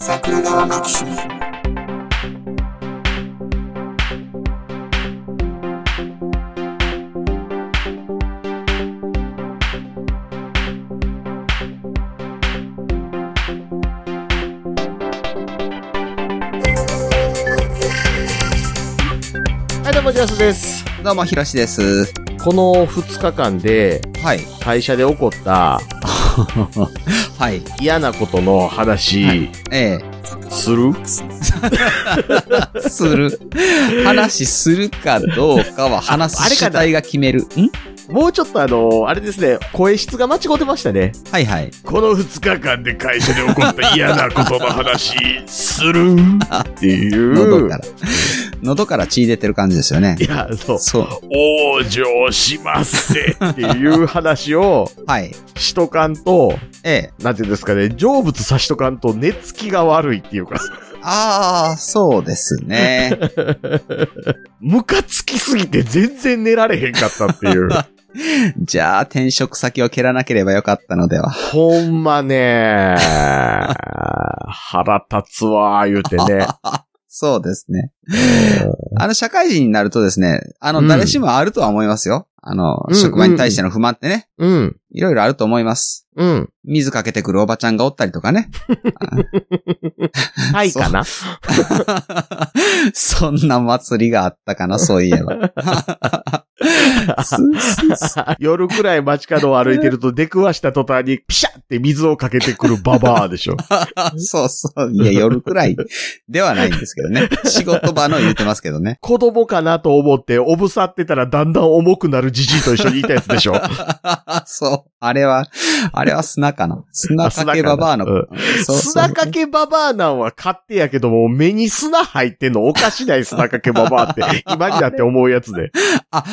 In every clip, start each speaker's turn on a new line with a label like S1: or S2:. S1: 桜川マキシム
S2: はい、どうも、ジャスです。
S3: どうも、ひろしです。
S2: この2日間で、
S3: はい。
S2: 会社で起こった
S3: はい。
S2: 嫌なことの話、
S3: はいえ
S2: する
S3: えす る。話するかどうかは話
S2: ああれ
S3: す
S2: かな
S3: 主体が決める。ん
S2: もうちょっとあの、あれですね、声質が間違ってましたね。
S3: はいはい。
S2: この2日間で会社で起こった嫌なことの話、するっていう。
S3: 喉から。喉から血出てる感じですよね
S2: い。や、そう。
S3: そ
S2: 往生しますっていう話を
S3: う。はい。
S2: しとかんと、
S3: ええ
S2: なんていうんですかね、成仏さしとかんと寝つきが悪いっていうか、
S3: ああ、そうですね。
S2: ムカつきすぎて全然寝られへんかったっていう。
S3: じゃあ、転職先を蹴らなければよかったのでは。
S2: ほんまね腹立つわー言うてね。
S3: そうですね。あの、社会人になるとですね、あ
S2: う
S3: の、
S2: ん
S3: 誰しもあるとは思いますよ。あの、
S2: うん
S3: 職場に対しての不満ってね、
S2: うん、
S3: いろいろあると思います。
S2: うん。
S3: 水かけてくるおばちゃんがおったりとかね。
S2: はいかな
S3: そんな祭りがあったかな、そういえば。すすす
S2: 夜くらい街角を歩いてると出くわした途端にピシャって水をかけてくるババアでしょ。
S3: そうそう。いや、夜くらいではないんですけどね。仕事場の言ってますけどね。
S2: 子供かなと思っておぶさってたらだんだん重くなるじじいと一緒にいたやつでしょ。
S3: そう。あれは、あれは砂かな。砂かけババアの。
S2: うん
S3: そうそう
S2: 砂かけババアなんは勝手やけども、目に砂入ってんのおかしない砂かけババアって、今になって思うやつで。
S3: あ、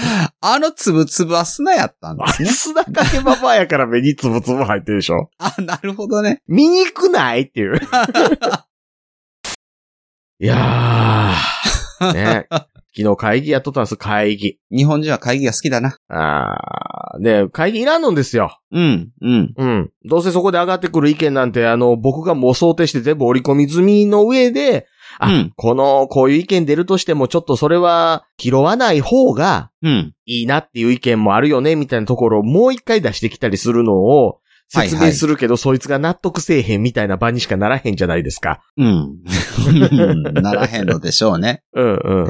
S3: あのつぶつぶは砂やったんですね。
S2: 砂かけババアやから目につぶつぶ入ってるでしょ。
S3: あ、なるほどね。
S2: 見にくないっ ていう。いやー。ね。昨日会議やっとったんです、会議。
S3: 日本人は会議が好きだな。
S2: あー。ね会議いらんのんですよ。
S3: うん、うん。
S2: うん。どうせそこで上がってくる意見なんて、あの、僕がもう想定して全部織り込み済みの上で、あ、
S3: うん
S2: この、こういう意見出るとしても、ちょっとそれは、拾わない方が、
S3: うん。
S2: いいなっていう意見もあるよね、みたいなところをもう一回出してきたりするのを、説
S3: はいは
S2: 明
S3: い
S2: するけど、そいつが納得せえへんみたいな場にしかならへんじゃないですか。
S3: うん。ならへんのでしょうね。
S2: うんうんうん、うん。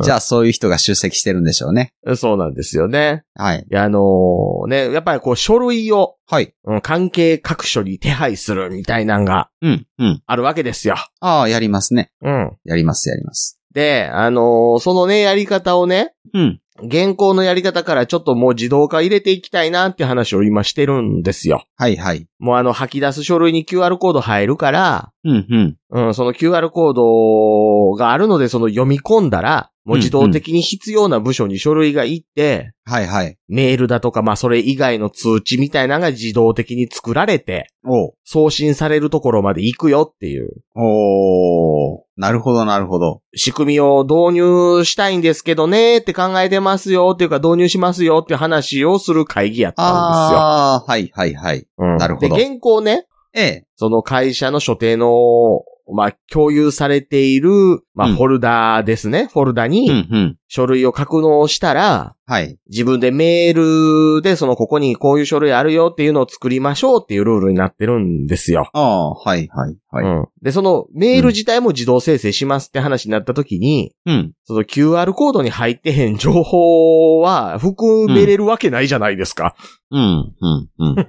S3: じ
S2: じゃ
S3: ゃあ、そういう人が出席してるんでしょうね。
S2: そうなんですよね。
S3: はい。
S2: いやあのーね、やっぱりこう書類を、
S3: はい。
S2: うん関係各所に手配するみたいなんが
S3: うん、うん。
S2: あるわけですよ。
S3: ああ、やりますね。
S2: うん。
S3: やります、やります。
S2: で、あのーそのね、やり方をね、
S3: うん。
S2: 現行のやり方からちょっともう自動化入れていきたいなっていう話を今してるんですよ。
S3: はい、はい。
S2: もうあの吐き出す書類に QR コード入るから、
S3: うん、うん。
S2: うん、その QR コードがあるので、その読み込んだら、もう自動的に必要な部署に書類が行って、
S3: はい、はい。
S2: メールだとか、まあそれ以外の通知みたいなのが自動的に作られて、
S3: おう
S2: 送信されるところまで行くよっていう
S3: おーなるほど、なるほど。
S2: 仕組みを導入したいんですけどねって考えてますよっていうか導入しますよっていう話をする会議やったんですよ。
S3: ああ、はい、はい、はい。
S2: うん
S3: なるほど
S2: で、現行ね、
S3: ええ。
S2: その会社の所定の、まあ共有されている、まあ
S3: うん
S2: フォルダーですね、フォルダに、
S3: うん、うん。
S2: 書類を格納したら、
S3: はい。
S2: 自分でメールで、そのここにこういう書類あるよっていうのを作りましょうっていうルールになってるんですよ。
S3: ああ、はい、はい、はい。
S2: うんで、そのメール自体も自動生成しますって話になった時に、
S3: うん。
S2: その QR コードに入ってへん情報は含めれるわけないじゃないですか。
S3: うん、うん、うん。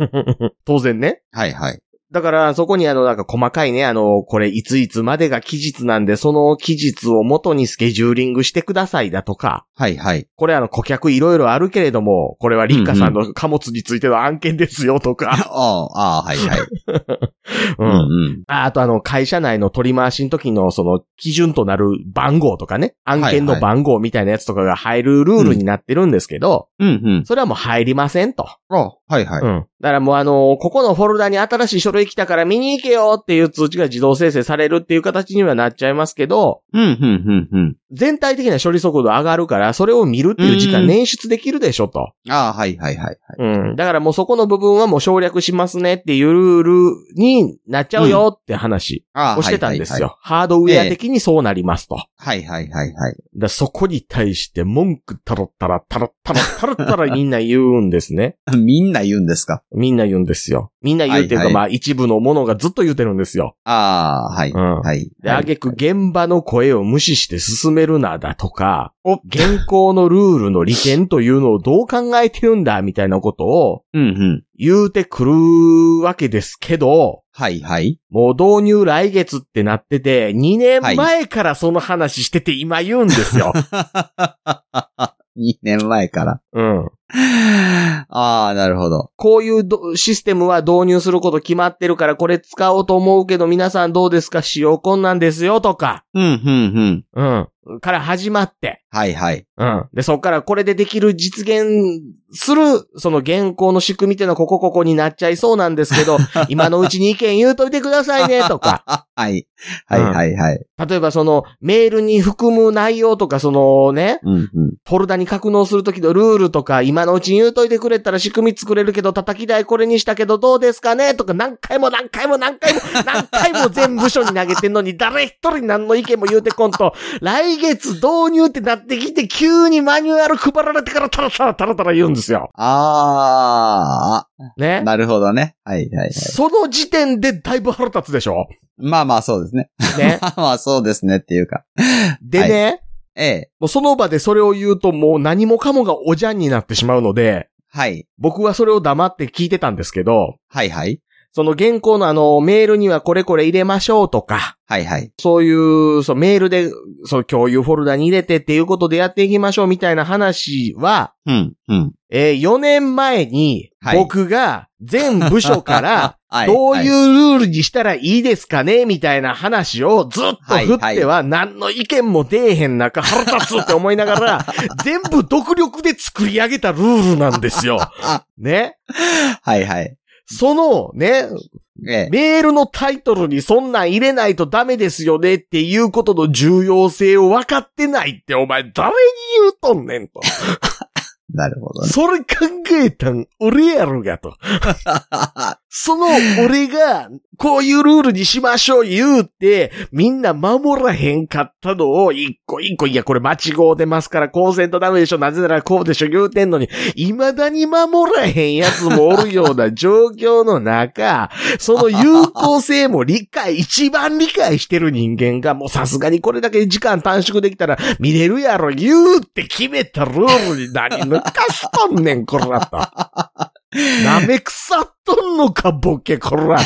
S2: 当然ね。
S3: はい、はい。
S2: だから、そこにあの、なんか細かいね、あの、これいついつまでが期日なんで、その期日を元にスケジューリングしてくださいだとか、
S3: はい、はい。
S2: これあの顧客いろいろあるけれども、これはリッカさんの貨物についての案件ですよと
S3: あ
S2: か、
S3: あ、ああ、はい、はい。
S2: う。
S3: うんん、
S2: ああとあの会社内の取り回しの時のその基準となる番号とかね、案件の番号みたいなやつとかが入るルールになってるんですけど、
S3: うん。うん、うん。
S2: それはもう入りませんと。
S3: あはい、はい。
S2: うん。だからもうあの、ここのフォルダに新しい書類来たから見に行けよっていう通知が自動生成されるっていう形にはなっちゃいますけど、
S3: うん、うん、うん、うん。
S2: 全体的な処理速度上がるから、それを見るっていう時
S3: うん
S2: 間捻出できるでしょと。
S3: ああ、はいはいはい。
S2: うん。だからもうそこの部分はもう省略しますねっていうルールになっちゃうよって話
S3: ああ、
S2: をしてたんですよ。ハードウェア的にそうなりますと。
S3: はいはいはいはい。
S2: だそこに対して文句たろったらたろったらたろったらみんな言うんですね。
S3: みんな言うんですか
S2: みんな言うんですよ。みんな言うっていうか、
S3: はいはい
S2: まあ一部のものがずっと言うてるんですよ。
S3: ああ、はい。
S2: うん。
S3: はい。
S2: で、あげく現場の声を無視して進めるなだとか、
S3: お
S2: 現行のルールの利点というのをどう考えてるんだみたいなことを
S3: うんうん。
S2: 言うてくるわけですけど、
S3: はいはい。
S2: もう導入来月ってなってて、2年前からその話してて今言うんですよ。
S3: 2年前から。
S2: うん。
S3: ああ、なるほど。
S2: こういうどシステムは導入すること決まってるからこれ使おうと思うけど皆さんどうですか使用困難ですよとか、
S3: うんうんうん。
S2: うん。から始まって、
S3: はいはい。
S2: うん。で、そっからこれでできる実現する、その現行の仕組みっていうのはここここになっちゃいそうなんですけど、今のうちに意見言うといてくださいね、とか。
S3: あ、はい。はいはいはい。
S2: 例えばそのメールに含む内容とか、そのね、
S3: うんうん。
S2: フォルダに格納するときのルールとか、今のうちに言うといてくれたら仕組み作れるけど、叩き台これにしたけどどうですかねとか、何回も何回も何回も何回も全部署に投げてんのに、誰一人何の意見も言うてこんと、来月導入ってなってきて、急にマニュアル配られてからタラタラタラタラ言うんですよ。
S3: ああ、
S2: ね。
S3: なるほどね。はいはいはい。
S2: その時点でだいぶ腹立つで しょ
S3: まあまあそうですね。。
S2: ね
S3: まあまあそうですねっていうか。
S2: でね、
S3: ええ。
S2: もうその場でそれを言うともう何もかもがおじゃんになってしまうので、
S3: はい。
S2: 僕はそれを黙って聞いてたんですけど、
S3: はいはい。
S2: その原稿のあの、メールにはこれこれ入れましょうとか、
S3: はいはい。
S2: そういう、そうメールで、そう共有フォルダに入れてっていうことでやっていきましょうみたいな話は、
S3: うん、うん。
S2: えー4年前に
S3: はい
S2: 僕が全部署 から、
S3: ら
S2: どういう
S3: う、
S2: ルールにしたらいいですかねみたいな話をずっと振っては何の意見も出えへん中腹立つって思いなが ら、全部独力で作り上げたルールなんですよ。ね。
S3: はいはい。
S2: そのね、
S3: ええ。
S2: メールのタイトルにそんなん入れないとダメですよねっていうことの重要性を分かってないってお前誰に言うとんねんと。
S3: なるほどね。
S2: それ考えたん俺やろがと。その俺が、こういうルールにしましょう言うて、みんな守らへんかったのを、一個一個、いや、これ間違うてますから、こうせんとダメでしょ、なぜならこうでしょ、言うてんのに、未だに守らへんやつもおるような状況の中、その有効性も理解、一番理解してる人間が、もうさすがにこれだけ時間短縮できたら見れるやろ、言うって決めたルールに何抜かしとんねん、こらと。なめくさっとんのか、ボケ、こらと。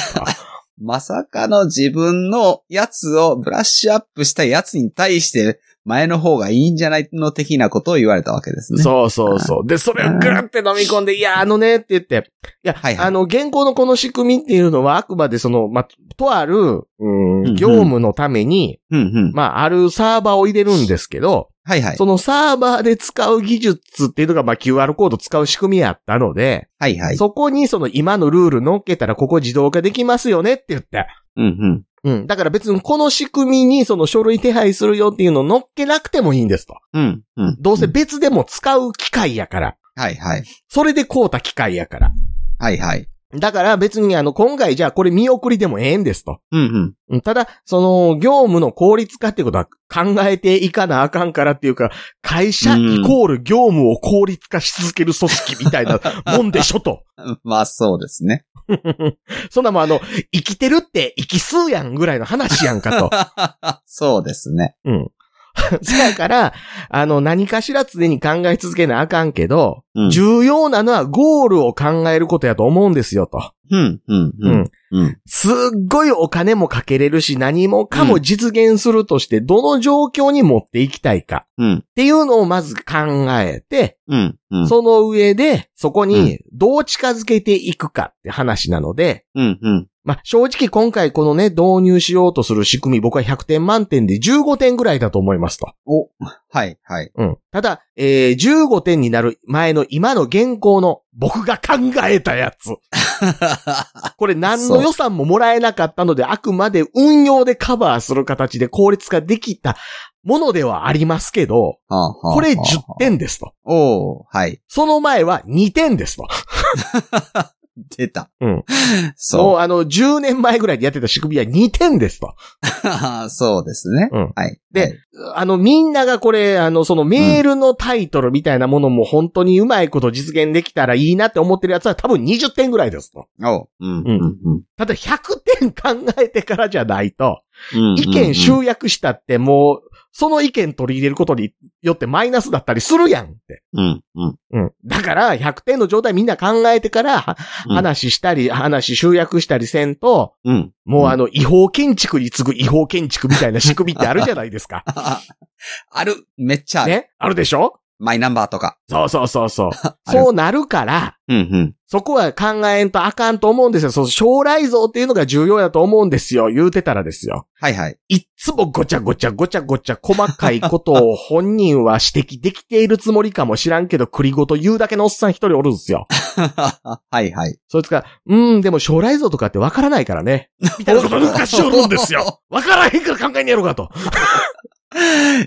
S3: まさかの自分のやつをブラッシュアップしたやつに対して、前の方がいいんじゃないの的なことを言われたわけですね。
S2: そうそうそう。で、それをぐーって飲み込んで、いや、あのね、って言って。いや、
S3: はいはい
S2: あの、現行のこの仕組みっていうのは、あくまでその、まあ、とある、うん
S3: うん
S2: 業務のために、
S3: うんうん。
S2: まあ、あるサーバーを入れるんですけど、
S3: はいはい。
S2: そのサーバーで使う技術っていうのが、まあ、QR コード使う仕組みやったので、
S3: はいはい。
S2: そこにその今のルール乗っけたら、ここ自動化できますよねって言って。
S3: うんうん。
S2: うん。だから別にこの仕組みにその書類手配するよっていうのを乗っけなくてもいいんですと。
S3: うんうん。
S2: どうせ別でも使う機械やから。
S3: はいはい。
S2: それで買うた機械やから。
S3: はいはい。
S2: だから別にあの、今回じゃあこれ見送りでもええんですと。
S3: うんうん。
S2: うんただ、その、業務の効率化ってことは考えていかなあかんからっていうか、会社イコール業務を効率化し続ける組織みたいなもんでしょと。
S3: まあそうですね。
S2: そんなもんあの、生きてるって生き数やんぐらいの話やんかと。
S3: そうですね。
S2: うん。 そやから、あの、何かしら常に考え続けなあかんけど、
S3: うん
S2: 重要なのはゴールを考えることやと思うんですよと。
S3: うんうんうん。うん。
S2: すっごいお金もかけれるし、何もかも実現するとして、どの状況に持っていきたいか
S3: うん。
S2: っていうのをまず考えて、
S3: うん。うん。
S2: その上で、そこにどう近づけていくかって話なので、
S3: うん。うん。
S2: まあ、正直今回このね、導入しようとする仕組み、僕は100点満点で15点ぐらいだと思いますと。
S3: お、はい、はい。
S2: うん。ただ、えー、15点になる前の今の現行の僕が考えたやつ。これ何の予算ももらえなかったので、あくまで運用でカバーする形で効率化できたものではありますけど、こ
S3: こ
S2: れ10点ですと。
S3: おー、はい。
S2: その前は2点ですと。
S3: 出た。
S2: うん。も
S3: そう
S2: あの、10年前ぐらいでやってた仕組みは2点ですと。
S3: う。 そうですね。
S2: うん
S3: はい。
S2: で
S3: はい、
S2: あの、みんながこれ、あの、そのメールのタイトルみたいなものも本当にうまいこと実現できたらいいなって思ってるやつは多分20点ぐらいですと。
S3: おう。うん。
S2: うんただ100点考えてからじゃないと、
S3: うん
S2: 意見集約したってもう、その意見取り入れることによってマイナスだったりするやんって。
S3: うん。うん。
S2: うん。だから、100点の状態みんな考えてから、は
S3: うん
S2: 話したり、話集約したりせんと、
S3: うん。
S2: もう
S3: うん。
S2: あの、違法建築に次ぐ違法建築みたいな仕組みってあるじゃないですか
S3: ある。めっちゃある。
S2: ねあるでしょ
S3: マイナンバーとか。
S2: そうそうそうそう。 そうなるから、
S3: うん、うん。
S2: そこは考えんとあかんと思うんですよ。その将来像っていうのが重要だと思うんですよ。言うてたらですよ。
S3: はいはい。
S2: いっつもごちゃごちゃごちゃごちゃ細かいことを本人は指摘できているつもりかもしらんけど、栗ごと言うだけのおっさん一人おるんですよ。
S3: はいはい。
S2: そいつが、うーん、でも将来像とかってわからないからね。みたいなことばっかしおるんですよ。 わからへんから考えんやろかと。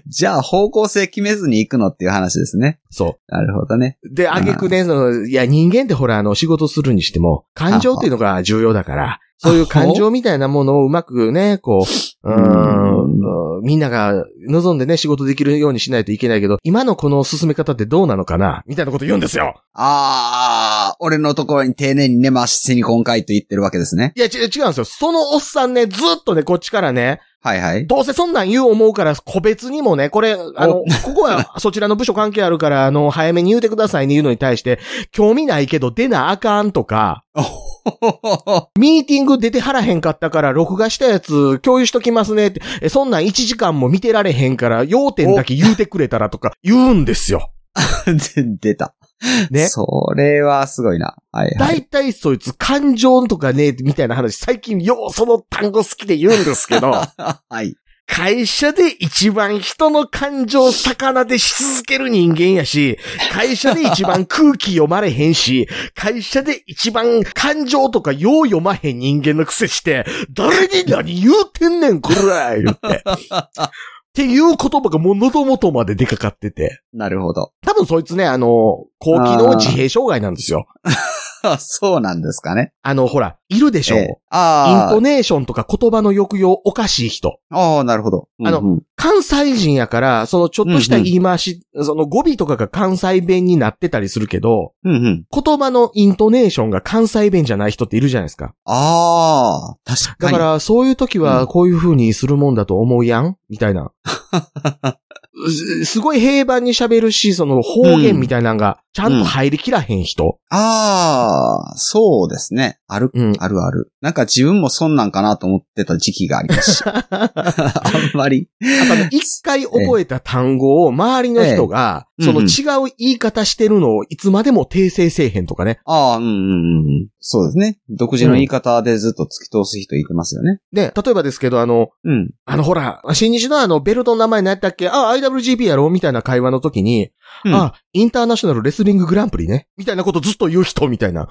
S3: じゃあ方向性決めずに行くのっていう話ですね。
S2: そ
S3: なるほどね。
S2: う。で、あげくね、その、いや、人間ってほら、あの、仕事するにしても、感情っていうのが重要だから、そういう感情みたいなものをうまくね、こう、うーん、みんなが望んでね、仕事できるようにしないといけないけど、今のこの進め方ってどうなのかなみたいなこと言うんですよ。
S3: あー、俺のところに丁寧にね、まあ、シに今回と言ってるわけですね。
S2: いや、ち違うんですよ。そのおっさんね、ずっとね、こっちからね、
S3: はいはい。
S2: どうせそんなん言う思うから、個別にもね、これ、あの、ここ はそちらの部署関係あるから、あの、早めに言うてくださいね、言うのに対して、興味ないけど出なあかんとか、ミーティング出てはらへんかったから、録画したやつ共有しときますねって、えそんなん1時間も見てられへんから、要点だけ言うてくれたらとか言うんですよ。
S3: 出た。
S2: ね。
S3: それはすごいな。はいはい。
S2: 大体そいつ感情とかね、みたいな話、最近ようその単語好きで言うんですけど、
S3: はい。
S2: 会社で一番人の感情を逆なでし続ける人間やし、会社で一番空気読まれへんし、会社で一番感情とかよう読まへん人間のくせして、誰に何言うてんねん、こら言って。っていう言葉がもう喉元まで出かかってて。
S3: なるほど。
S2: 多分そいつね、あの、高機能自閉障害なんですよ。
S3: そうなんですかね。
S2: あの、ほら、いるでしょう。
S3: えー
S2: イン
S3: あ
S2: トネーションとか言葉の抑揚おかしい人。
S3: ー。あー、なるほど。
S2: あの
S3: うんうん
S2: 関西人やから、そのちょっとした言い回し、その語尾とかが関西弁になってたりするけど、
S3: うんうん。
S2: 言葉のイントネーションが関西弁じゃない人っているじゃないですか。
S3: あー、確か
S2: だ
S3: に。
S2: から、そういう時
S3: う
S2: は
S3: ん
S2: こういう風にするもんだと思うやんみたいな。 すすごい平板に喋るし、その方言みたいなのがちゃんと入りきらへん人。
S3: あー、そうですね。ある
S2: うん。
S3: あるある。なんか自分もそんなんかなと思ってた時期があります し。あんまり。
S2: 一回覚えた単語を周りの人が、
S3: ええ
S2: その
S3: うんうん
S2: 違う言い方してるのをいつまでも訂正せえへんとかね。
S3: ああ、うんうんうん。そうですね。独自の言い方でずっと突き通す人いてますよね。
S2: で、例えばですけど、あの、
S3: うん。
S2: あの、ほら、新日のあの、ベルトの名前何やったっけあ、IWGP やろみたいな会話の時に、
S3: うん
S2: あ、インターナショナルレスリンググランプリね。みたいなことずっと言う人みたいな。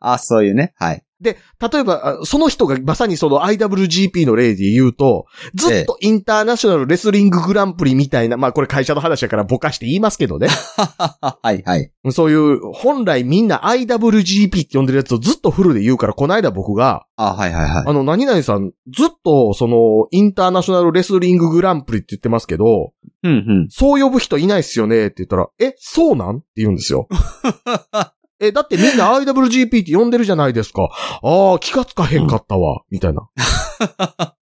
S3: あそういうね。はい。
S2: で、例えば、あその人がまさにその IWGP の例で言うと、ずっとインターナショナルレスリンググランプリみたいな、まあこれ会社の話だからぼかして言いますけどね。
S3: はいはい。
S2: そういう、本来みんな IWGP って呼んでるやつをずっとフルで言うから、この間僕が、
S3: あはいはいはい。
S2: あの、何々さん、ずっとその、インターナショナルレスリンググランプリって言ってますけど、
S3: うんうん。
S2: そう呼ぶ人いないっすよねって言ったら、え、そうなんって言うんで すよ。え、だってみんな IWGP って呼んでるじゃないですか。ああ、気がつかへんかったわ。みたいな。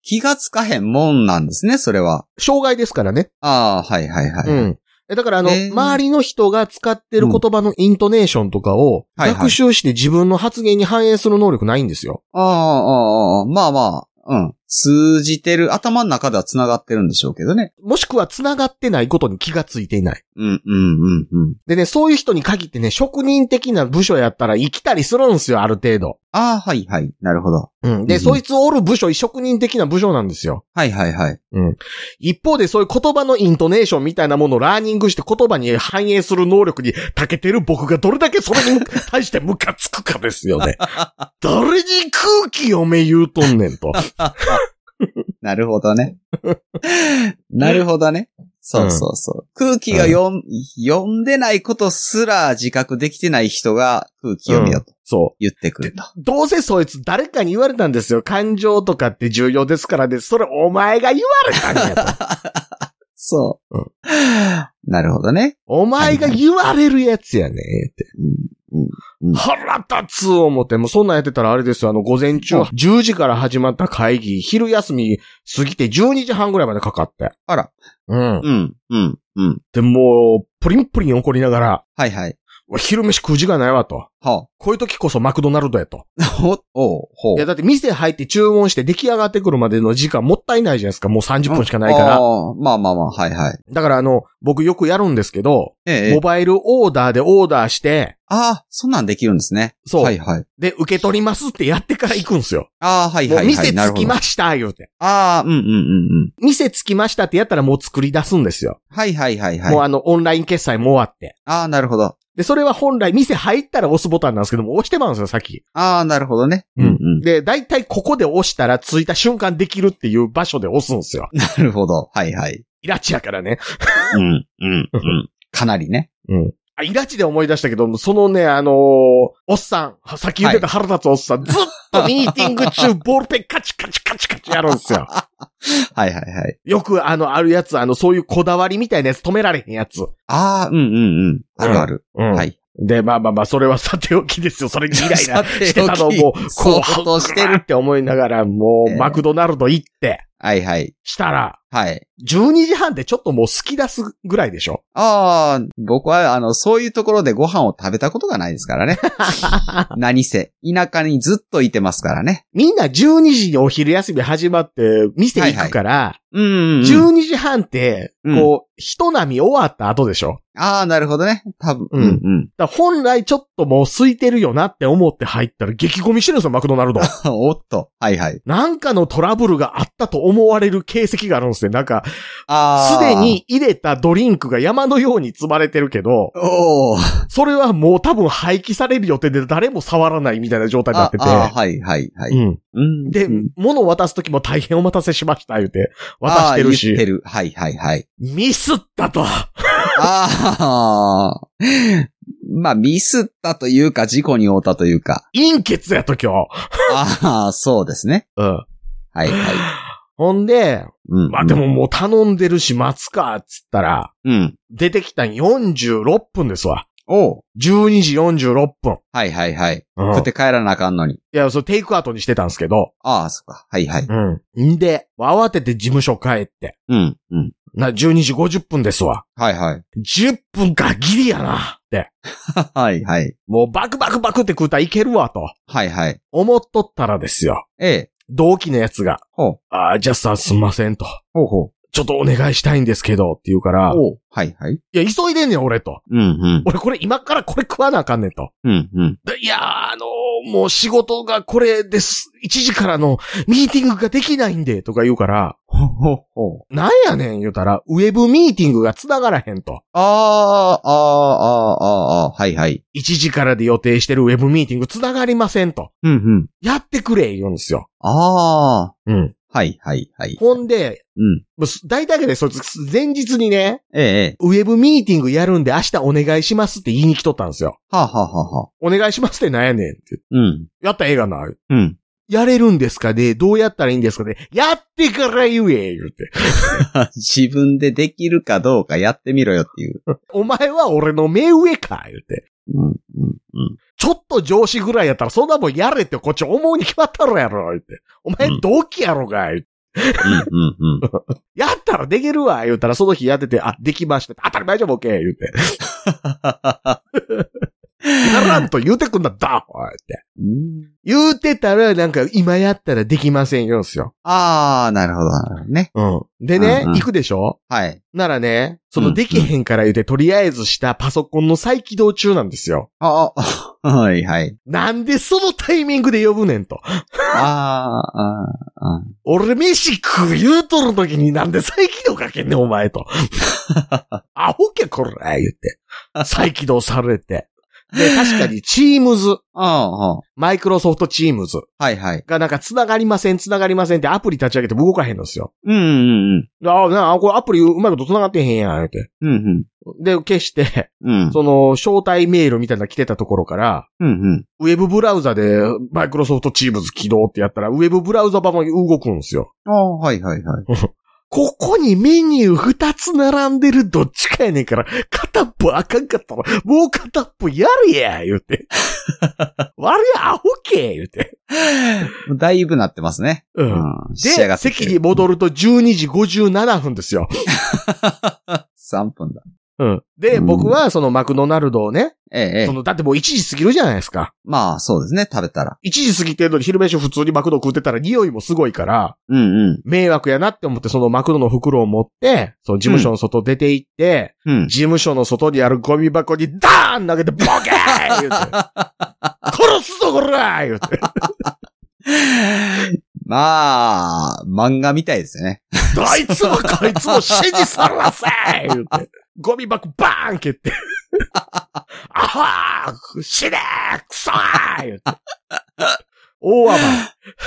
S3: 気がつかへんもんなんですね、それは。
S2: 障害ですからね。
S3: ああ、はいはいはい。
S2: うん。えだからあの、
S3: えー
S2: 周りの人が使ってる言葉のイントネーションとかを
S3: はいはい
S2: 学習して自分の発言に反映する能力ないんですよ。
S3: ああ、ああ、ああまあまあ。うん。通じてる、頭の中では繋がってるんでしょうけどね。
S2: もしくは繋がってないことに気がついていない。
S3: うん、うん、うん、うん。
S2: でね、そういう人に限ってね、職人的な部署やったら生きたりするんですよ、ある程度。
S3: ああ、はい、はい。なるほど。
S2: うん。
S3: う
S2: で、
S3: ん
S2: そいつおる部署、職人的な部署なんですよ。
S3: はい、はい、はい。
S2: 一方でそういう言葉のイントネーションみたいなものをラーニングして言葉に反映する能力に長けてる僕がどれだけそれに対してムカつくかですよ ね。誰に空気読め言うとんねんと。
S3: なるほどね。 なるほどね。そうそうそう。空気が読ん、読んでないことすら自覚できてない人が空 気読みだと
S2: そう。
S3: 言ってくると。
S2: どうせそいつ誰かに言われたんですよ。感情とかって重要ですからね。それお前が言われたん やと。
S3: そう、
S2: うん
S3: なるほどね。
S2: お前が言われるやつやねって。
S3: うんうん
S2: 腹立つ思って、もうそんなんやってたらあれですよ。あの、午前中
S3: うん
S2: 10時から始まった会議、昼休み過ぎて12時半ぐらいまでかかって。
S3: あら。
S2: うん。
S3: うん、うん、うん。
S2: で、もう、プリンプリン怒りながら、
S3: はいはい。
S2: うわ昼飯食う時間ないわと。
S3: は
S2: こういう時こそマクドナルドやと。
S3: あ。ほ、おう、ほう。
S2: いや、だって店入って注文して出来上がってくるまでの時間もったいないじゃないですか。もう30分しかないか
S3: あ
S2: ら。
S3: ーまあまあまあ、はいはい。
S2: だからあの、僕よくやるんですけど、
S3: ええええ
S2: モ。バイルオーダーでオーダーして、
S3: ああ、そんなんできるんですね。
S2: そう
S3: はいはい。
S2: で、受け取りますってやってから行くんですよ。
S3: ああ、はい
S2: も
S3: は
S2: う
S3: い、はい。
S2: 店
S3: なるほ
S2: 着き
S3: ど
S2: ました、言うて。
S3: ああ、うんうんうんうん。
S2: 店着きましたってやったらもう作り出すんですよ。
S3: はいはいはいはい。
S2: もう
S3: あ
S2: あの、オンライン決済も終わって。
S3: あー、なるほど。
S2: で、それは本来店入ったら押すボタンなんですけども、押してまうんですよ、さっき。
S3: ああ、なるほどね。
S2: うん
S3: うん。
S2: で、大体ここで押したら着いた瞬間できるっていう場所で押す んですよ。
S3: なるほど。はいはい。
S2: イラチやからね。
S3: うん、うん、うん。かなりね。
S2: うん。あ、イラチで思い出したけど、そのね、あのーおっさん、さっき言ってた腹立つおっさん、ずっとミーティング中、ボールペンカチカチカチカチやるんです よ。
S3: はいはいはい。
S2: よくあの、あるやつ、あの、そういうこだわりみたいなやつ止められへんやつ。
S3: ああ、うんうんうん。あるある。
S2: うん
S3: はい。
S2: で、まあまあまあ、それはさておきですよ。それにイライラ
S3: さておき
S2: してたのをもう、こ
S3: 相
S2: う、
S3: 当してる
S2: はっって思いながら、も
S3: え
S2: う、
S3: え
S2: マクドナルド行って、
S3: はいはい。
S2: したら、
S3: はい。
S2: 12時半でちょっともう好き出すぐらいでしょ
S3: ああ、僕は、あの、そういうところでご飯を食べたことがないです からね。何せ、田舎にずっといてますからね。
S2: みんな12時にお昼休み始まって、店行くから、
S3: うんうん、うん。
S2: 12時半って、
S3: うん
S2: こう、人波終わった後でしょ
S3: ああ、なるほどね。多分。
S2: う
S3: うんんうん。
S2: だから本来ちょっともう空いてるよなって思って入ったら激混みしてるんですよ、マクドナ ルド。
S3: おっと。はいはい。
S2: なんかのトラブルがあったと思われる形跡があるんですね。なんか、
S3: あ
S2: す
S3: あ。
S2: で。に入れたドリンクが山のように積まれてるけど、
S3: おお。
S2: それはもう多分廃棄される予定で誰も触らないみたいな状態になっ
S3: あ
S2: てて。
S3: あー、はいはいは
S2: う
S3: い。
S2: ん。
S3: うん
S2: で、
S3: うん
S2: 物を渡す時も大変お待たせしました、言うて。渡して
S3: あー言
S2: る
S3: って
S2: し。
S3: る。はいはいはい。
S2: ミスったと。
S3: ああ。 まあ、ミスったというか、事故に遭ったというか。
S2: 陰血やと今日。
S3: ああ、そうですね。
S2: うん。
S3: はいはい。
S2: ほんで、
S3: うん
S2: まあでも、もう頼んでるし待つか、っつったら、
S3: うん。
S2: 出てきたん46分ですわ。
S3: おう
S2: 12時46分。
S3: はいはいはい。
S2: うん
S3: 食って帰らなあかんのに。
S2: いや、それテイクアウトにしてたんですけど。
S3: ああ、そっか。はいはい。
S2: うん。んで、慌てて事務所帰って。
S3: うん。うん。
S2: な、12時50分ですわ。
S3: はいはい。
S2: 10分か、ギリやな、って。
S3: はいはい。
S2: もうバクバクバクって食うたらいけるわ、と。
S3: はいはい。
S2: 思っとったらですよ。
S3: ええ。
S2: 同期のやつが。
S3: ほう。
S2: ああ、じゃあさ、すんません、と。
S3: ほうほう。
S2: ちょっとお願いしたいんですけど、って言うから。
S3: おうはいはい。
S2: いや、急いでんねん、俺、と。
S3: うんうん。
S2: 俺これ今からこれ食わなあかんねんと。
S3: うんうん。
S2: でいやー、あのーもう仕事がこれです。1時からのミーティングができないんで、とか言うから、
S3: ほうほうほう。
S2: なんやねん言うたら、ウェブミーティングが繋がらへんと。
S3: ああ、ああ、ああ、ああ、はいはい。
S2: 1時からで予定してるウェブミーティング繋がりませんと。
S3: うんうん。
S2: やってくれ、言うんですよ。
S3: ああ、
S2: うん。
S3: はいはいはい。
S2: ほんで、
S3: うん。
S2: もうす大体がね、そいつ前日にね、
S3: ええ、ええ。
S2: ウェブミーティングやるんで明日お願いしますって言いに来とったんですよ。
S3: はあ、はあはあはあ、
S2: お願いしますってなんやねんって。
S3: うん。
S2: やったらええがな。
S3: うん。
S2: やれるんですかねどうやったらいいんですかねやってから言え言うて。
S3: 自分でできるかどうかやってみろよっていう。
S2: お前は俺の目上か言うて。
S3: うん、うん、うん。
S2: ちょっと上司ぐらいやったらそんなもんやれってこっち思うに決まったろやろ言うて。お前
S3: うん
S2: 同期やろが言うて。
S3: うん、うん、うん。
S2: やったらできるわ言うたらその日やってて、あ、できました。当たり前じゃボケ 言うて。やらんと言うてくんだだおいって。
S3: うん
S2: 言うてたら、なんか今やったらできませんよんすよ。
S3: ああ、なるほど、なるほどね。
S2: うん。でね、
S3: うんうん
S2: 行くでしょ
S3: はい。
S2: ならね、そ
S3: うんう
S2: の
S3: ん
S2: できへんから言うて、とりあえずしたパソコンの再起動中なんですよ。
S3: ああ、はい、はい。
S2: なんでそのタイミングで呼ぶねんと。
S3: ああ、ああ
S2: 俺飯食う言うとる時になんで再起動かけんねん、お前と。アホけ、こら、言って。再起動されて。で、確かに、チームズ、
S3: ああ、ああ
S2: マイクロソフトチームズ
S3: はい、はい。
S2: がなんか繋がりません、繋がりませんってアプリ立ち上げても動かへんのですよ。
S3: うん、うん、
S2: ああ、なあ、これアプリうまいこと繋がってへんやん、言うて。
S3: うん。うん、
S2: で、消して、
S3: うん。うん、
S2: その、招待メールみたいなの来てたところから、
S3: うん、うん。
S2: ウェブブラウザで、マイクロソフトチームズ起動ってやったら、ウェブブラウザ版も動くんですよ。
S3: ああ、はい、はい、はい。
S2: ここにメニュー二つ並んでるどっちかやねんから、片っぽあかんかったら、もう片っぽやれや言う て。悪いアホけ言うて。
S3: だいぶなってますね。
S2: う。
S3: うんん。仕上が
S2: で、
S3: ってき
S2: 席
S3: て
S2: に
S3: る。
S2: 戻ると12時57分ですよ。
S3: 3分だ。
S2: うん。で、
S3: うん
S2: 僕はそのマクドナルドをね、
S3: ええ、ええ
S2: そ。の、だってもう1時過ぎるじゃないですか。
S3: まあ、そうですね、食べたら。
S2: 1時過ぎてるのに昼飯普通にマクド食ってたら匂いもすごいから、
S3: うん、うん。
S2: 迷惑やなって思ってそのマクドの袋を持って、その事務所の外出て行って、
S3: うん。
S2: 事務所の外にあるゴミ箱にダーン投げてボケ ー言うて。殺すぞこら言うて。
S3: まあ、漫画みたいですよね。
S2: どいつもこいつも指示されません言うて。ゴミ箱バーン 蹴って。あはー死ねーくそー言うて。大暴れ。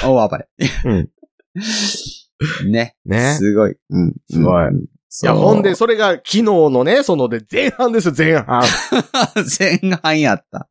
S3: 大暴れ。
S2: うん
S3: ね。
S2: ね
S3: すごい。うん。
S2: すごい
S3: うん。
S2: い
S3: そう
S2: や、ほんで、。それが昨日のね、そので、前半ですよ、前半。
S3: 前半やった。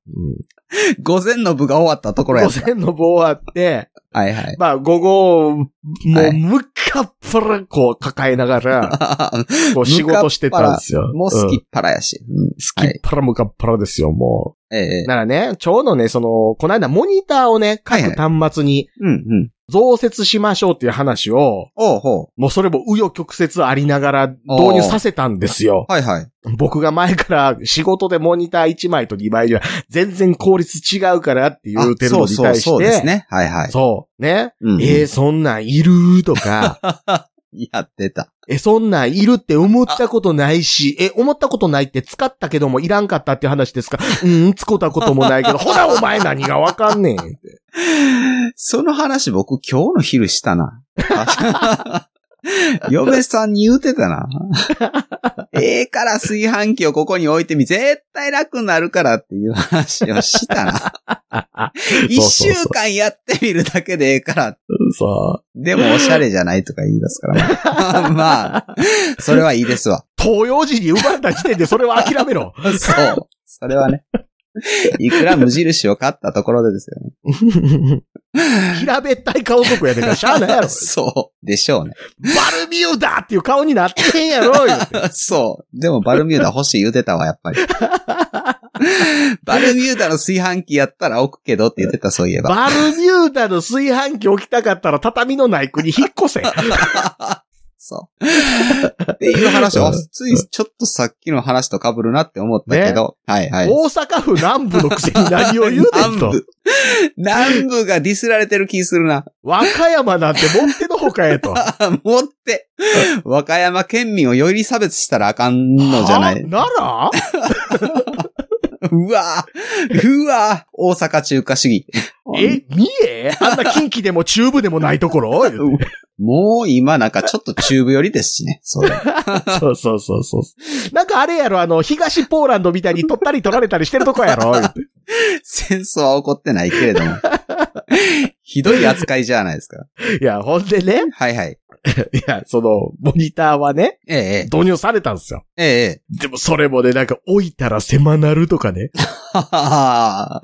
S3: 午前の部が終わったところや
S2: 午
S3: った。
S2: 前の棒あって、
S3: はいはい。
S2: まあ、午後、も
S3: は
S2: う、
S3: い
S2: むかっぱら、こう、抱えながら、こう、仕事してたんです よ。
S3: もう
S2: うん
S3: 好きっ腹やし。うん
S2: 好きっ腹もかっ腹ですよ、も
S3: ええ
S2: う。。ならね、ちょうどね、その、この間モニターをね、
S3: はいは
S2: 各
S3: い
S2: 端末に
S3: うんうん。
S2: 増設しましょうっていう話を、
S3: おうほ
S2: もうそれも紆余曲折ありながら導入させたんですよ
S3: う。。はいはい。
S2: 僕が前から仕事でモニター1枚と2枚じゃ全然効率違うからって言うてるの
S3: あ
S2: に
S3: そうそう
S2: 対して。
S3: そうですね。はいはい。
S2: そう。ね。
S3: うんうん
S2: えー、そんなんいるとか、
S3: やってた。
S2: え、そんなんいるって思ったことないし、え、思ったことないって使ったけどもいらんかったっていう話ですかうん、使ったこともないけど、ほらお前何がわかんねんって。
S3: その話僕今日の昼したな。 嫁さんに言うてた な。ええから炊飯器をここに置いてみ、絶対楽になるからっていう話をしたな。 一週間やってみるだけでええから。
S2: そう。
S3: でもおしゃれじゃないとか言い出す から。まあ、まあそれはいいですわ。
S2: 東洋人に生まれた時点でそれは諦めろ。
S3: そう。それはね。いくら無印を買ったところでですよね。
S2: 平べったい顔族やねんからしゃあないやろ。
S3: そう。でしょうね。
S2: バルミューダっていう顔になってへんやろ。言う て
S3: そう。でもバルミューダ欲しい言うてたわ、やっ ぱり。バルミューダの炊飯器やったら置くけどって言ってた、そういえば。
S2: バルミューダの炊飯器置きたかったら畳のない国引っ越せ。
S3: そう。っていう話を、
S2: う
S3: あ
S2: ん
S3: ついちょっとさっきの話と被るなって思ったけど、はいはい。
S2: 大阪府南部のくせに何を言うねん
S3: 南
S2: と。
S3: 部。南部がディスられてる気するな。
S2: 和歌山なんてもってのほか へと。
S3: あ持って、和歌山県民をより差別したらあかんのじゃない。
S2: はあなら
S3: うわうわ大阪中華主義。
S2: え、三重あんな近畿でも中部でもないところ 言うて
S3: もう今なんかちょっと中部寄りですしね。そう
S2: そうそうそうそう。なんかあれやろ、あの、東ポーランドみたいに取ったり取られたりしてるとこやろ言うて
S3: 戦争は起こってないけれども。ひどい扱いじゃないですか。
S2: いや、ほんでね、
S3: はいはい。
S2: いや、その、モニターはね、
S3: ええ、
S2: 導入されたんですよ。
S3: ええ、ええ。
S2: でもそれもね、なんか置いたら狭なるとかね。
S3: ははは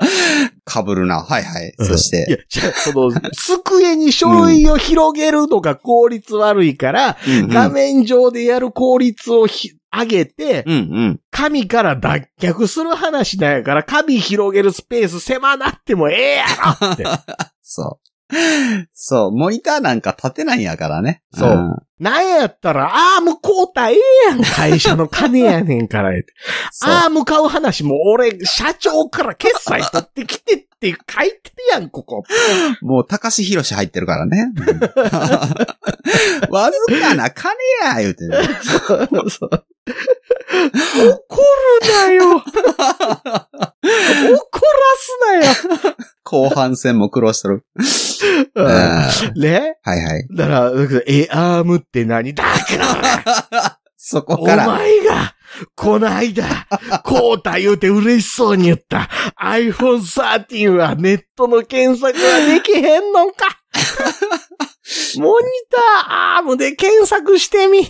S3: かぶるな。はいはい。そし
S2: いや
S3: て。、
S2: じゃあその、机に書類を広げるのが効率悪いから、
S3: うんうん
S2: 画面上でやる効率をひ上げて、
S3: うんうん。
S2: 神から脱却する話なんやから、神広げるスペース狭なってもええやろって。
S3: そそう、モニターなんか立てないんやからね。。
S2: そうんなんやったら、ああ、もうこうたええやん。会社の金やねんから。
S3: そう
S2: ああ、向かう話も俺、社長から決済取ってきてって書いてるやん、ここ。
S3: もう、高志博士入ってるからね。うん わずかな金や、言うて、ね。
S2: 怒るなよ。 怒らす
S3: 後半戦も苦労してる。うん
S2: なよ。
S3: は
S2: ね
S3: いはい。
S2: だから、だからえ、アームって何だから
S3: そこ
S2: お
S3: から。
S2: 前が、こない だ、こうた言うて嬉しそうに言った。iPhone13 はネットの検索はできへんの か。モニターアームで検索してみ。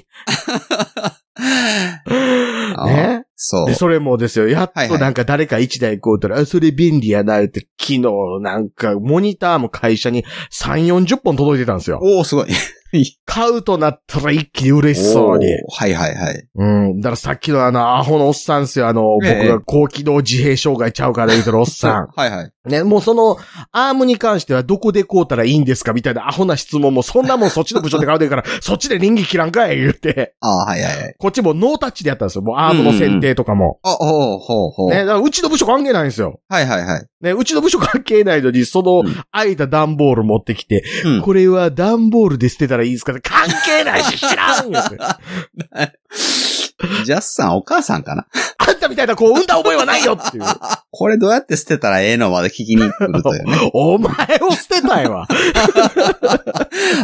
S2: ね。
S3: そう
S2: で、。それもですよ。やっとなんか誰か一台こうたら、あそれ便利やな、って、昨日なんかモニターも会社に3、40本届いてたんですよ。
S3: おおすごい。
S2: 買うとなったら一気に嬉しそうに。
S3: おーはいはいはい。
S2: うん。だからさっきのあの、アホのおっさんですよ。あの、僕
S3: ええ
S2: が高機動自閉障害ちゃうから言うてるおっさ
S3: そうはいはい。
S2: ん。 ね、もうその、アームに関してはどこでこうたらいいんですかみたいなアホな質問も、そんなもんそっちの部長で買うてるから、そっちで臨機切らんかい言う て、
S3: ああ、はいはいはい。
S2: こっちもノータッチでやったんですよ。もうアームの選定とかも。
S3: あ、ほうほうほう。
S2: ね、だからうちの部署関係ないんですよ。
S3: はいはいはい。
S2: ね、うちの部署関係ないのに、その
S3: うん、
S2: 空いた段ボール持ってきて、
S3: うん
S2: これは段ボールで捨てたらいいですか関係ないし、知らんよって
S3: ジャスさんお母さんかな
S2: あんたみたいな子を産んだ覚えはないよっていう。
S3: これどうやって捨てたらええのまで聞きに来るという ね。
S2: お前を捨てたいわ。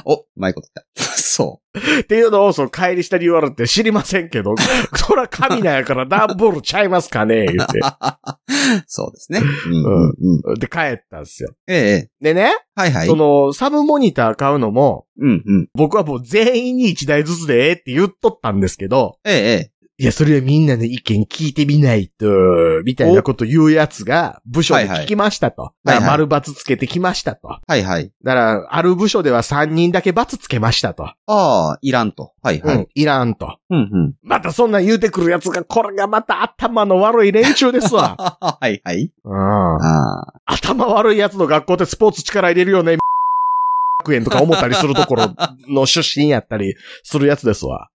S3: お、うまいこと言った。そ
S2: っていうのを、その、帰りした理由あるって知りませ んけど、そら神なんやから段ボールちゃいますかね言って。
S3: う。そうですね。うんうんうん。
S2: で、帰ったんですよ。
S3: ええええ。
S2: でね、
S3: はいはい。
S2: その、サブモニター買うのも、
S3: うんうん。
S2: 僕はもう全員に1台ずつでええって言っとったんですけど、
S3: えええ
S2: いや、それはみんなの意見聞いてみないと、みたいなこと言うやつが、部署で聞きましたと。
S3: いはい
S2: だから丸×つけてきましたと。
S3: え。はいはい。
S2: だから、ある部署では3人だけ×つけましたと。
S3: ああ、いらんと。はいは
S2: う
S3: い。
S2: ん、いらんと。
S3: うんうん。
S2: またそんなん言うてくるやつが、これがまた頭の悪い連中です わ。
S3: はいはい。
S2: うん
S3: ああ。
S2: 頭悪いやつの学校ってスポーツ力入れるよね。学園とか思ったりするところの出身やったりするやつですわ。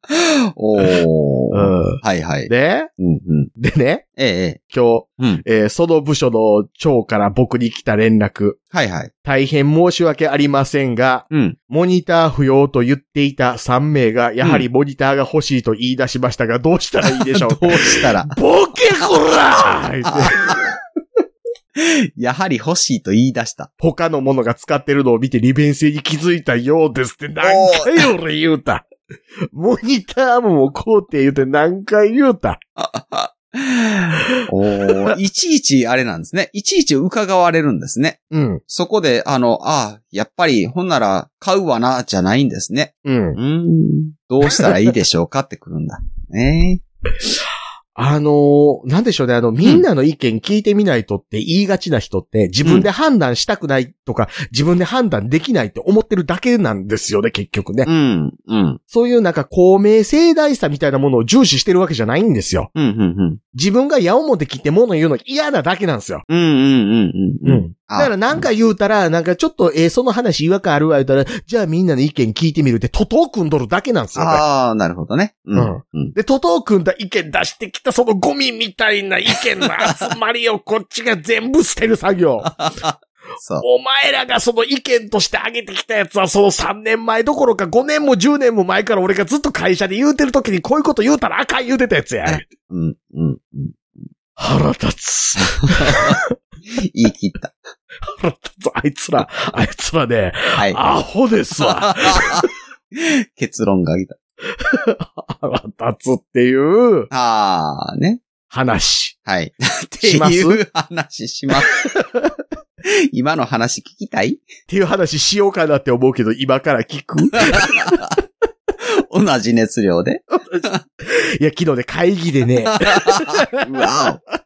S3: おお。
S2: うん
S3: はいはい。
S2: で、
S3: うんうん。
S2: でね、
S3: ええ
S2: 今
S3: ええ。うん
S2: 日、。えーその部署の長から僕に来た連絡。
S3: はいはい。
S2: 大変申し訳ありませんが、
S3: うん。
S2: モニター不要と言っていた3名が、やはりモニターが欲しいと言い出しましたが、 どうしたらいいでしょうか
S3: どうしたら、
S2: ボケこら ー言って
S3: やはり欲しいと言い出 した。
S2: 他のものが使ってるのを見て利便性に気づいたようですって何回俺言うた。 モニターももこうって言うて何回言うた。
S3: おーいちいちあれなんですね。いちいち伺われるんですね。
S2: うん。
S3: そこで、あの、ああ、やっぱり、ほんなら、買うわな、じゃないんですね。
S2: うん。
S3: うん。どうしたらいいでしょうかってくるんだ。ね
S2: あのーなんでしょうね、あの、みんなの意見聞いてみないとって言いがちな人って、自分で判断したくないとか、自分で判断できないって思ってるだけなんですよね、結局ね
S3: え。。うん、うん、
S2: そういうなんか公明正大さみたいなものを重視してるわけじゃないんですよ。
S3: うん、うん、うん。
S2: 自分が矢面切って物言うの嫌なだけなんですよ。
S3: うん、うん、うん、うん。あ
S2: だからなんか言うたら、なんかちょっと、えーその話違和感あるわ言うたら、じゃあみんなの意見聞いてみるって、徒党組んどるだけなんですよ。こ
S3: ああ、なるほどね。う
S2: れ
S3: ん。
S2: うん。で、徒党組んだ意見出してきたそのゴミみたいな意見の集まりをこっちが全部捨てる作業。
S3: そう。
S2: お前らがその意見として上げてきたやつはその3年前どころか5年も10年も前から俺がずっと会社で言うてる時にこういうこと言うたらあかん言うてたやつや。
S3: うん、うん、うん。
S2: 腹立つ。
S3: 言い切った。
S2: 腹立つ。あいつら、あいつらね、
S3: はい。
S2: アホですわ。
S3: 結論が出た。
S2: 腹立つっていう
S3: ああ、ね。
S2: 話。
S3: はい。 って
S2: します
S3: いう話します。 今の話聞きたい
S2: っていう話しようかなって思うけど、今から聞 くい
S3: 同じ熱量 で。
S2: や、昨日ね、会議で ね。
S3: うわお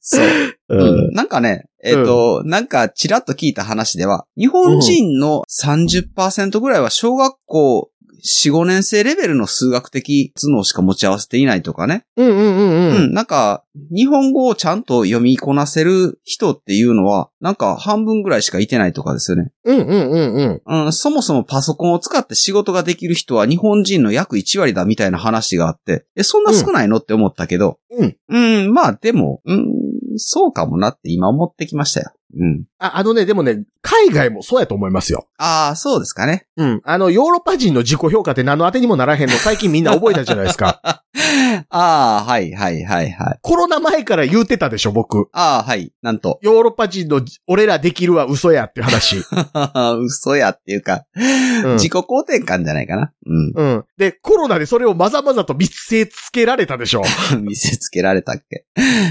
S3: そう、
S2: うん。
S3: なんかね、えっ、と、なんかちらっと聞いた話では、日本人の30%ぐらいは小学校4、5年生レベルの数学的頭脳しか持ち合わせていないとかね。
S2: うんうんうん
S3: う
S2: うん。
S3: ん、なんか、日本語をちゃんと読みこなせる人っていうのは、なんか半分ぐらいしかいてないとかですよね。
S2: うんうんうんうん。
S3: うん、そもそもパソコンを使って仕事ができる人は日本人の約1割だみたいな話があって、え、そんな少ないのって思ったけど、
S2: うん。
S3: うん、まあでも、うん、そうかもなって今思ってきましたよ。うん。
S2: あ、あのね、でもね、海外もそうやと思いますよ。
S3: ああ、そうですかね。
S2: うん。あの、ヨーロッパ人の自己評価って何の当てにもならへんの最近みんな覚えたじゃないです か。
S3: ああ、はい、はい、はい、はい。
S2: コロナ前から言うてたでしょ、僕。
S3: ああ、はい、なんと。
S2: ヨーロッパ人の俺らできるは嘘やって話。
S3: 嘘やっていうか、
S2: ん
S3: 自己肯定感じゃないかな。うん。
S2: うん。で、コロナでそれをまざまざと見せつけられたでしょ。
S3: 見せつけられたっけ、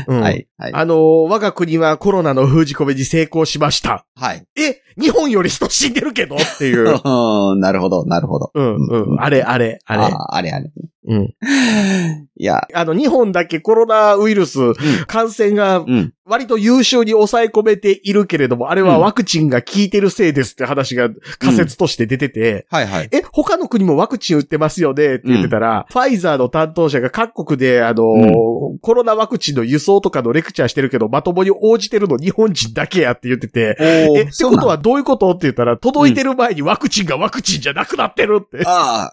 S2: うん
S3: はい、はい。
S2: あのー我が国はコロナの封じ込めに成功しました。
S3: はい。
S2: え、日本より人死んでるけど っていう。
S3: うん なるほど、なるほど。
S2: うん、うん。あれ、あれ、あれ。
S3: ああれあれ。
S2: うん。
S3: いや、
S2: あの、日本だけコロナウイルス感染が
S3: うん。
S2: 割と優秀に抑え込めているけれども、あれは
S3: うん
S2: ワクチンが効いてるせいですって話が仮説として出てて、
S3: はいはい。
S2: え、他の国もワクチン打ってますよねって言ってたら、ファイザーの担当者が各国で、あのーコロナワクチンの輸送とかのレクチャーしてるけど、まともに応じてるの日本人だけやって言ってて、
S3: お
S2: え、ってこと
S3: は、
S2: はどういうことって言ったら、届いてる前にワクチンがワクチンじゃなくなってるって。
S3: あ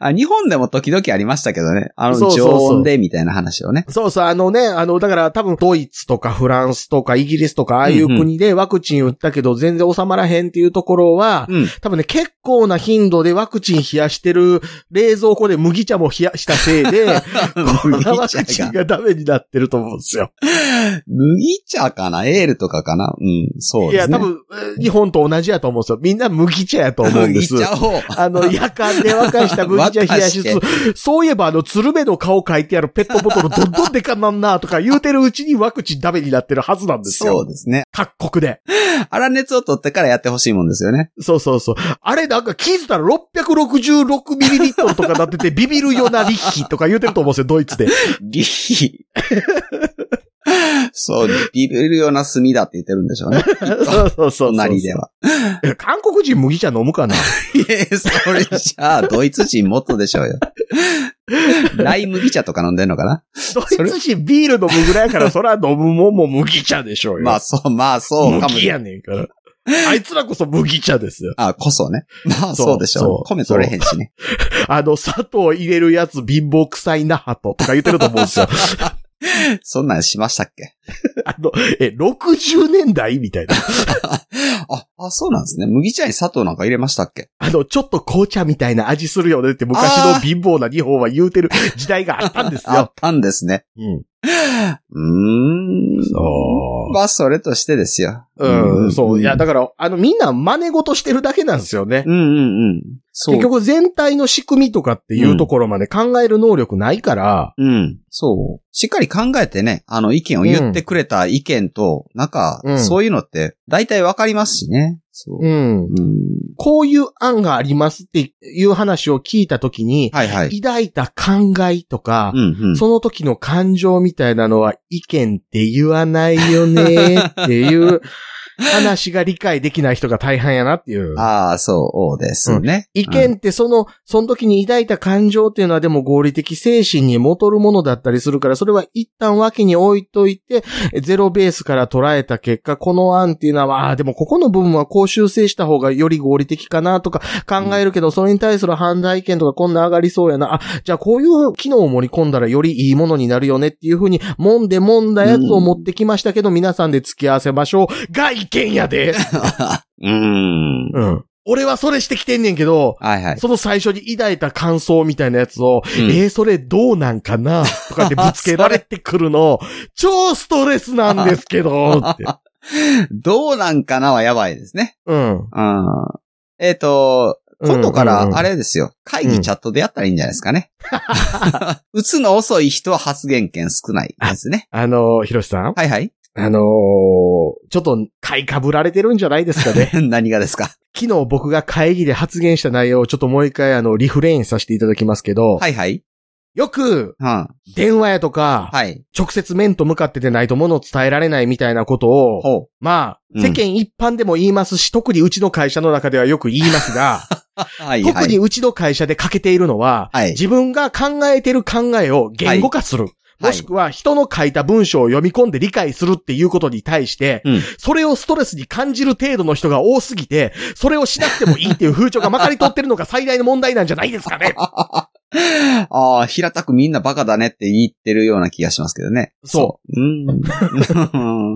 S3: あ あ。日本でも時々ありましたけどね。あ
S2: そう
S3: の、
S2: そう
S3: 常
S2: そう
S3: 温でみたいな話をね。
S2: そうそう、あのね、あの、だから多分ドイツとかフランスとかイギリスとかああいう国でワクチン打ったけど全然収まらへんっていうところは、
S3: うん。
S2: 多分ね、結構な頻度でワクチン冷やしてる冷蔵庫で麦茶も冷やしたせい で、こんなワクチンがダメになってると思うんですよ。
S3: 麦茶かなエールとかかなうん、そう
S2: い
S3: で
S2: や、
S3: すね。
S2: 多分、えー日本と同じやと思うんですよ。みんな麦茶やと思うんです。
S3: 麦茶を。
S2: あ の、夜間で沸かした麦茶冷やし
S3: 沸
S2: つつ、そういえばあの、鶴瓶の顔書いてあるペットボトルどんどんでかなんなとか言うてるうちにワクチンダメになってるはずなんです
S3: そ
S2: よ
S3: う。ですね。
S2: 各国で。
S3: 粗熱を取ってからやってほしいもんですよね。
S2: そうそうそう。あれなんか聞いてたら 666ml とかなっててビビるようなリッヒとか言うてると思うんですよ、ドイツで。
S3: リ ヒ。そう、ビビるような炭だって言ってるんでしょうね。
S2: そうそうそう。
S3: 隣では。
S2: 韓国人麦茶飲むかない
S3: や、それじゃあ、ドイツ人もっとでし ょうよ。ライ麦茶とか飲んでんのかな
S2: ドイツ人ビール飲むぐらいやからそら飲むもんも麦茶でしょうよ。
S3: まあ、そう、まあ、そうかも
S2: 麦やねんから。あいつらこそ麦茶ですよ。
S3: あ、こそね。 まあ、
S2: そう
S3: そうでし
S2: そ
S3: ょ
S2: う
S3: う。米取れへんしね。
S2: あの、砂糖入れるやつ貧乏臭いなはと、とか言ってると思うんで すよ。
S3: そんなんしましたっけ
S2: あの、え、60年代みたいな。
S3: あ、あ、そうなんですね。麦茶に砂糖なんか入れましたっけ
S2: あの、ちょっと紅茶みたいな味するよねって昔の貧乏な日本は言うてる時代があったんです
S3: あ
S2: よ
S3: っ。たんですね。
S2: うん。
S3: うーん。
S2: そう。
S3: まあ、それとしてですよ。
S2: うん、そう。いや、だから、あの、みんな真似事してるだけなんですよね。
S3: うんうんうん。そう
S2: 結。局全体の仕組みとかっていうところまで考える能力ないから、
S3: うん。そう。しっかり考えてね、あの意見を言ってくれた意見と、なんか
S2: う、ん
S3: そういうのって、大体わかりますしね。そうう。う
S2: ん。
S3: ん。
S2: こういう案がありますっていう話を聞いたときに、
S3: はいはい。
S2: 抱いた感慨とか
S3: う、んうん。
S2: その時の感情みたいなのは意見って言わないよねっていう話が理解できない人が大半やなっ ていう。
S3: ああ、そうですね。
S2: 意見ってその、その時に抱いた感情っていうのはでも合理的精神に戻るものだったりするから、それは一旦脇に置いといて、ゼロベースから捉えた結果、この案っていうのは、ああ、でもここの部分はこう修正した方がより合理的かなとか考えるけど、それに対する判断意見とかこんな上がりそうやな。あ、じゃあこういう機能を盛り込んだらよりいいものになるよねっていうふうに、もんでもんだやつを持ってきましたけど、皆さんで付き合わせましょう。が意見やで。
S3: うん。うん。
S2: うん。俺はそれしてきてんねんけど、
S3: はいはい。
S2: その最初に抱いた感想みたいなやつを、
S3: うん
S2: えー、それどうなんかなとかってぶつけられてく るの、超ストレスなんですけど、って。
S3: どうなんかなはやばいですね。
S2: うん。
S3: うん。えっ、と、ことか
S2: うんうんうん
S3: ら、あれですよ。会議チャットでやったらいいんじゃないですか ね。打つの遅い人は発言権少ないですね。
S2: あのー、ひろしさん
S3: はい はい。。
S2: あのー、ちょっと買いかぶられてるんじゃないですかね
S3: 何がですか
S2: 昨日僕が会議で発言した内容をちょっともう一回あの、リフレインさせていただきますけど、
S3: はいはい。
S2: よく、
S3: うん。
S2: 電話やとか、
S3: はい。
S2: 直接面と向かっててないとものを伝えられないみたいなことを、
S3: ほ
S2: ま
S3: う
S2: あ、
S3: ん
S2: 世間一般でも言いますし、特にうちの会社の中ではよく言いますが、
S3: う。 はい、はい。
S2: 特にうちの会社で欠けているのは、
S3: はい
S2: 自分が考えてる考えを言語化する。
S3: はい
S2: もしくは人の書いた文章を読み込んで理解するっていうことに対して、
S3: うん
S2: それをストレスに感じる程度の人が多すぎて、それをしなくてもいいっていう風潮がまかり通ってるのが最大の問題なんじゃないです かね。
S3: ああ、平たくみんなバカだねって言ってるような気がしますけどね。。
S2: そ
S3: う
S2: う
S3: ん。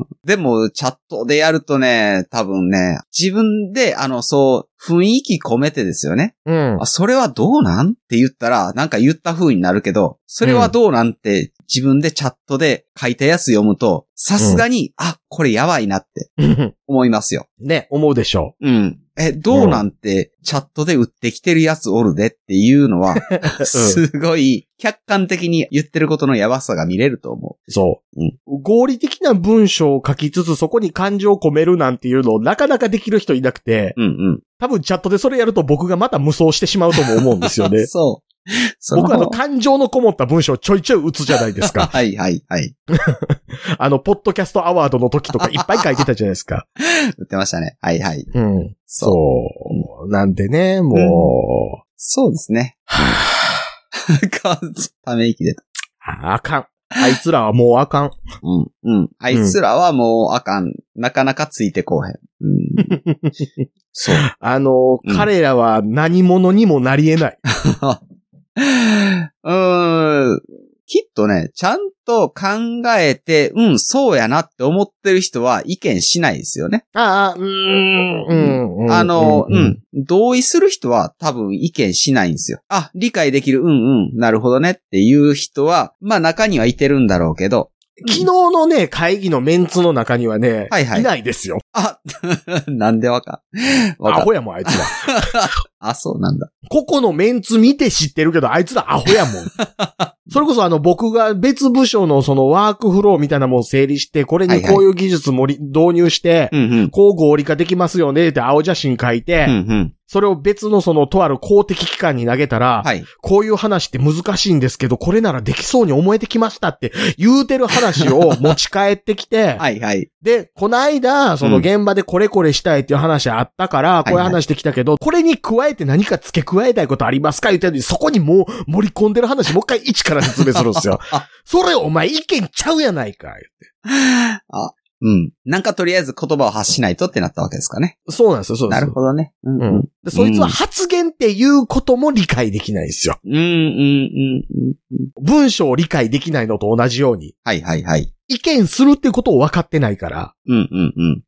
S3: でも、チャットでやるとね、多分ね、自分で、あの、そう、雰囲気込めてですよね。
S2: う。うん
S3: あ、。それはどうなんって言ったら、なんか言った風になるけど、それはどうなんって自分でチャットで書いたやつ読むと、さすがに、あ、これやばいなって思いますよ。
S2: ね、思うでしょ
S3: うん。え、どうなんて、チャットで売ってきてるやつおるでって いうのは、すごい、客観的に言ってることのやばさが見れると思
S2: う。そう、
S3: うん
S2: 合理的な文章を書きつつそこに感情を込めるなんていうのをなかなかできる人いなくて、
S3: う。うん
S2: 多分チャットでそれやると僕がまた無双してしまうとも思うんですよ
S3: う
S2: ね
S3: ん。。そう。 そ
S2: 僕はあの感情のこもった文章をちょいちょい打つじゃないです か。
S3: はいはいはい。
S2: あの、ポッドキャストアワードの時とかいっぱい書いてたじゃないですか。
S3: 売ってましたね。はいはい。
S2: うん。
S3: う。
S2: そう。なんでね、もう、
S3: そうですね。 はため息出た。
S2: ああかん。あいつらはもうあかん。
S3: うん。うん。あいつらはもうあかん。なかなかついてこうへん。うん。 そう。
S2: あの、
S3: うん
S2: 彼らは何者にもなり得ない。
S3: うーん。きっとね、ちゃんと考えて、うん、そうやなって思ってる人は意見しないですよね。
S2: ああ、うーん、うん、うん
S3: あの、うん、、同意する人は多分意見しないんですよ。あ、理解できる、うんうん、なるほどねっていう人は、まあ中にはいてるんだろうけど、
S2: 昨日のね、会議のメンツの中にはね、
S3: はいはい
S2: ないですよ。
S3: あ、なんでわかん。わ
S2: ア
S3: かん。
S2: ホやもん、あいつら。
S3: あ、そうなんだ。
S2: ここのメンツ見て知ってるけど、あいつらアホや もん。それこそあの僕が別部署のそのワークフローみたいなもん整理して、これにこういう技術もり導入して、
S3: うんうん。
S2: こう合理化できますよねって青写真書いて、
S3: うんうん。
S2: それを別のそのとある公的機関に投げたら、
S3: はい。
S2: こういう話って難しいんですけど、これならできそうに思えてきましたって言うてる話を持ち帰ってき て、
S3: はいはい。
S2: で、この間、その現場でこれこれしたいっていう話あったから、こういう話できたけど、これに加えて何か付け加えたいことありますか言ったのに、そこにもう盛り込んでる話、もう一回一から説明するんで すよ
S3: あ。
S2: それお前意見ちゃうやないかい。
S3: あ、うん。なんかとりあえず言葉を発しないとってなったわけですかね。
S2: そうなんですよ、そうなん
S3: な
S2: です
S3: る
S2: よ。
S3: ほどね。うん
S2: うん、でそいつは発言っていうことも理解できないんですよ。
S3: うんうんうんうん。
S2: 文章を理解できないのと同じように。
S3: はいはいはい。
S2: 意見するってことを分かってないから。
S3: うんうんうん。
S2: うん。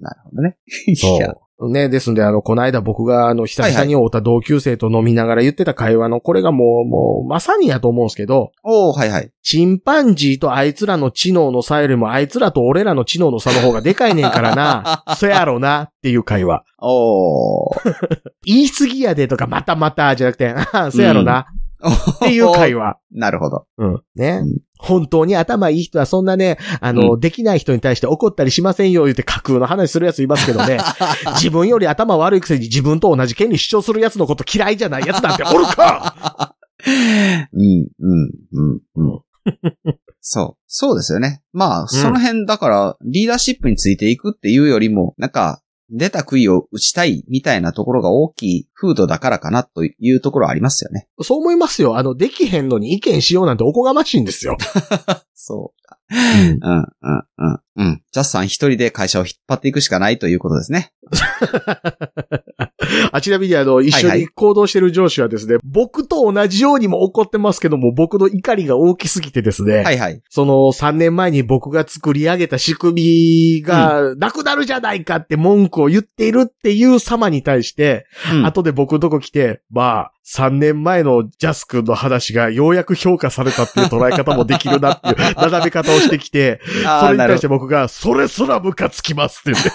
S3: なるほど ね。いや
S2: そう。ね、ですんで、あの、この間僕が、あの、久々に会った同級生と飲みながら言ってた会話の、これがもう、もう、まさにやと思うんですけど、
S3: おー、はいはい。
S2: チンパンジーとあいつらの知能の差よりも、あいつらと俺らの知能の差の方がでかいねんから な、そやろな、っていう会話。
S3: おー。
S2: 言い過ぎやでとか、またまた、じゃなくて、ああそやろな、っていう会話。
S3: なるほど。
S2: うん。ね
S3: うん。
S2: 本当に頭いい人はそんなね、あの、できない人に対して怒ったりしませんよ言って架空の話するやついますけど ね。自分より頭悪いくせに自分と同じ権利主張するやつのこと嫌いじゃないやつなんておるか
S3: うん、うん、うん、うん。 そう。そうですよね。まあ、その辺、だから、リーダーシップについていくっていうよりも、なんか、出た杭を打ちたいみたいなところが大きい風土だからかなというところはありますよね。
S2: そう思いますよ。あの、できへんのに意見しようなんておこがましいんですよ。
S3: そうか。うん、うん、うん、うん。ジャスさん一人で会社を引っ張っていくしかないということですね。
S2: あちなみにあの、一緒
S3: はいは
S2: に行動してる上司はですね、僕と同じようにも怒ってますけども、僕の怒りが大きすぎてですね、
S3: はいはい。
S2: その3年前に僕が作り上げた仕組みがなくなるじゃないかって文句を言っているっていう様に対して、
S3: うん
S2: 後で僕のとこ来て、まあ、3年前のジャス君の話がようやく評価されたっていう捉え方もできる なっていう並べ方をしてきて、そ
S3: あ
S2: れ
S3: ー
S2: に
S3: な
S2: 対
S3: る
S2: して僕が、それすらムカつきますって言って。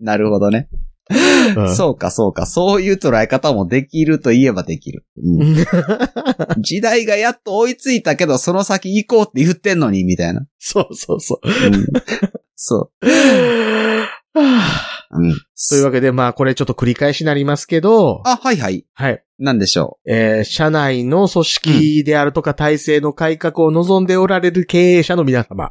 S3: なるほどね。
S2: うん
S3: そうか、そうか。そういう捉え方もできると言えばできる。 時代がやっと追いついたけど、その先行こうって言ってんのに、みたいな。
S2: そうそうそう。
S3: うんそ
S2: はぁ
S3: う。うん
S2: というわけで、まあ、これちょっと繰り返しになりますけど、
S3: あ、はいはい。
S2: はい。
S3: なんでしょ
S2: えー社内の組織であるとか体制の改革を望んでおられる経営者の皆様、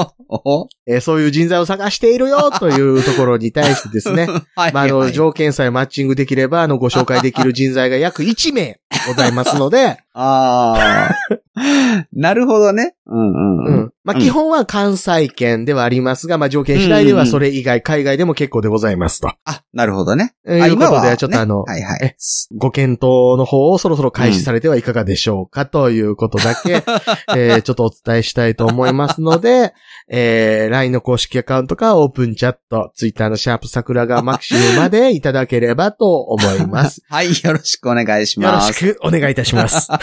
S3: う。 お
S2: えーそういう人材を探しているよというところに対してですね、
S3: はい。
S2: まあ、
S3: は
S2: あの、
S3: い
S2: 条件さえマッチングできれば、あの、ご紹介できる人材が約1名ございますので、
S3: ああ。なるほどね。 うんうん
S2: う
S3: うん。
S2: ん。まあ、基本は関西圏ではありますが、まあ、条件次第ではそれ以外、海外でも結構でございますと。
S3: あ、なるほどね。
S2: えー
S3: あ
S2: いうことで、
S3: ね
S2: ちょっとあの、
S3: はいは
S2: え
S3: い。
S2: ご検討の方をそろそろ開始されてはいかがでしょうかということだけ、えーちょっとお伝えしたいと思いますので、えー LINE の公式アカウントかオープンチャット、Twitter のシャープ桜川マキシムまでいただければと思います。
S3: はい、よろしくお願いし
S2: よろ
S3: ま
S2: し
S3: す。
S2: くお願いいたします。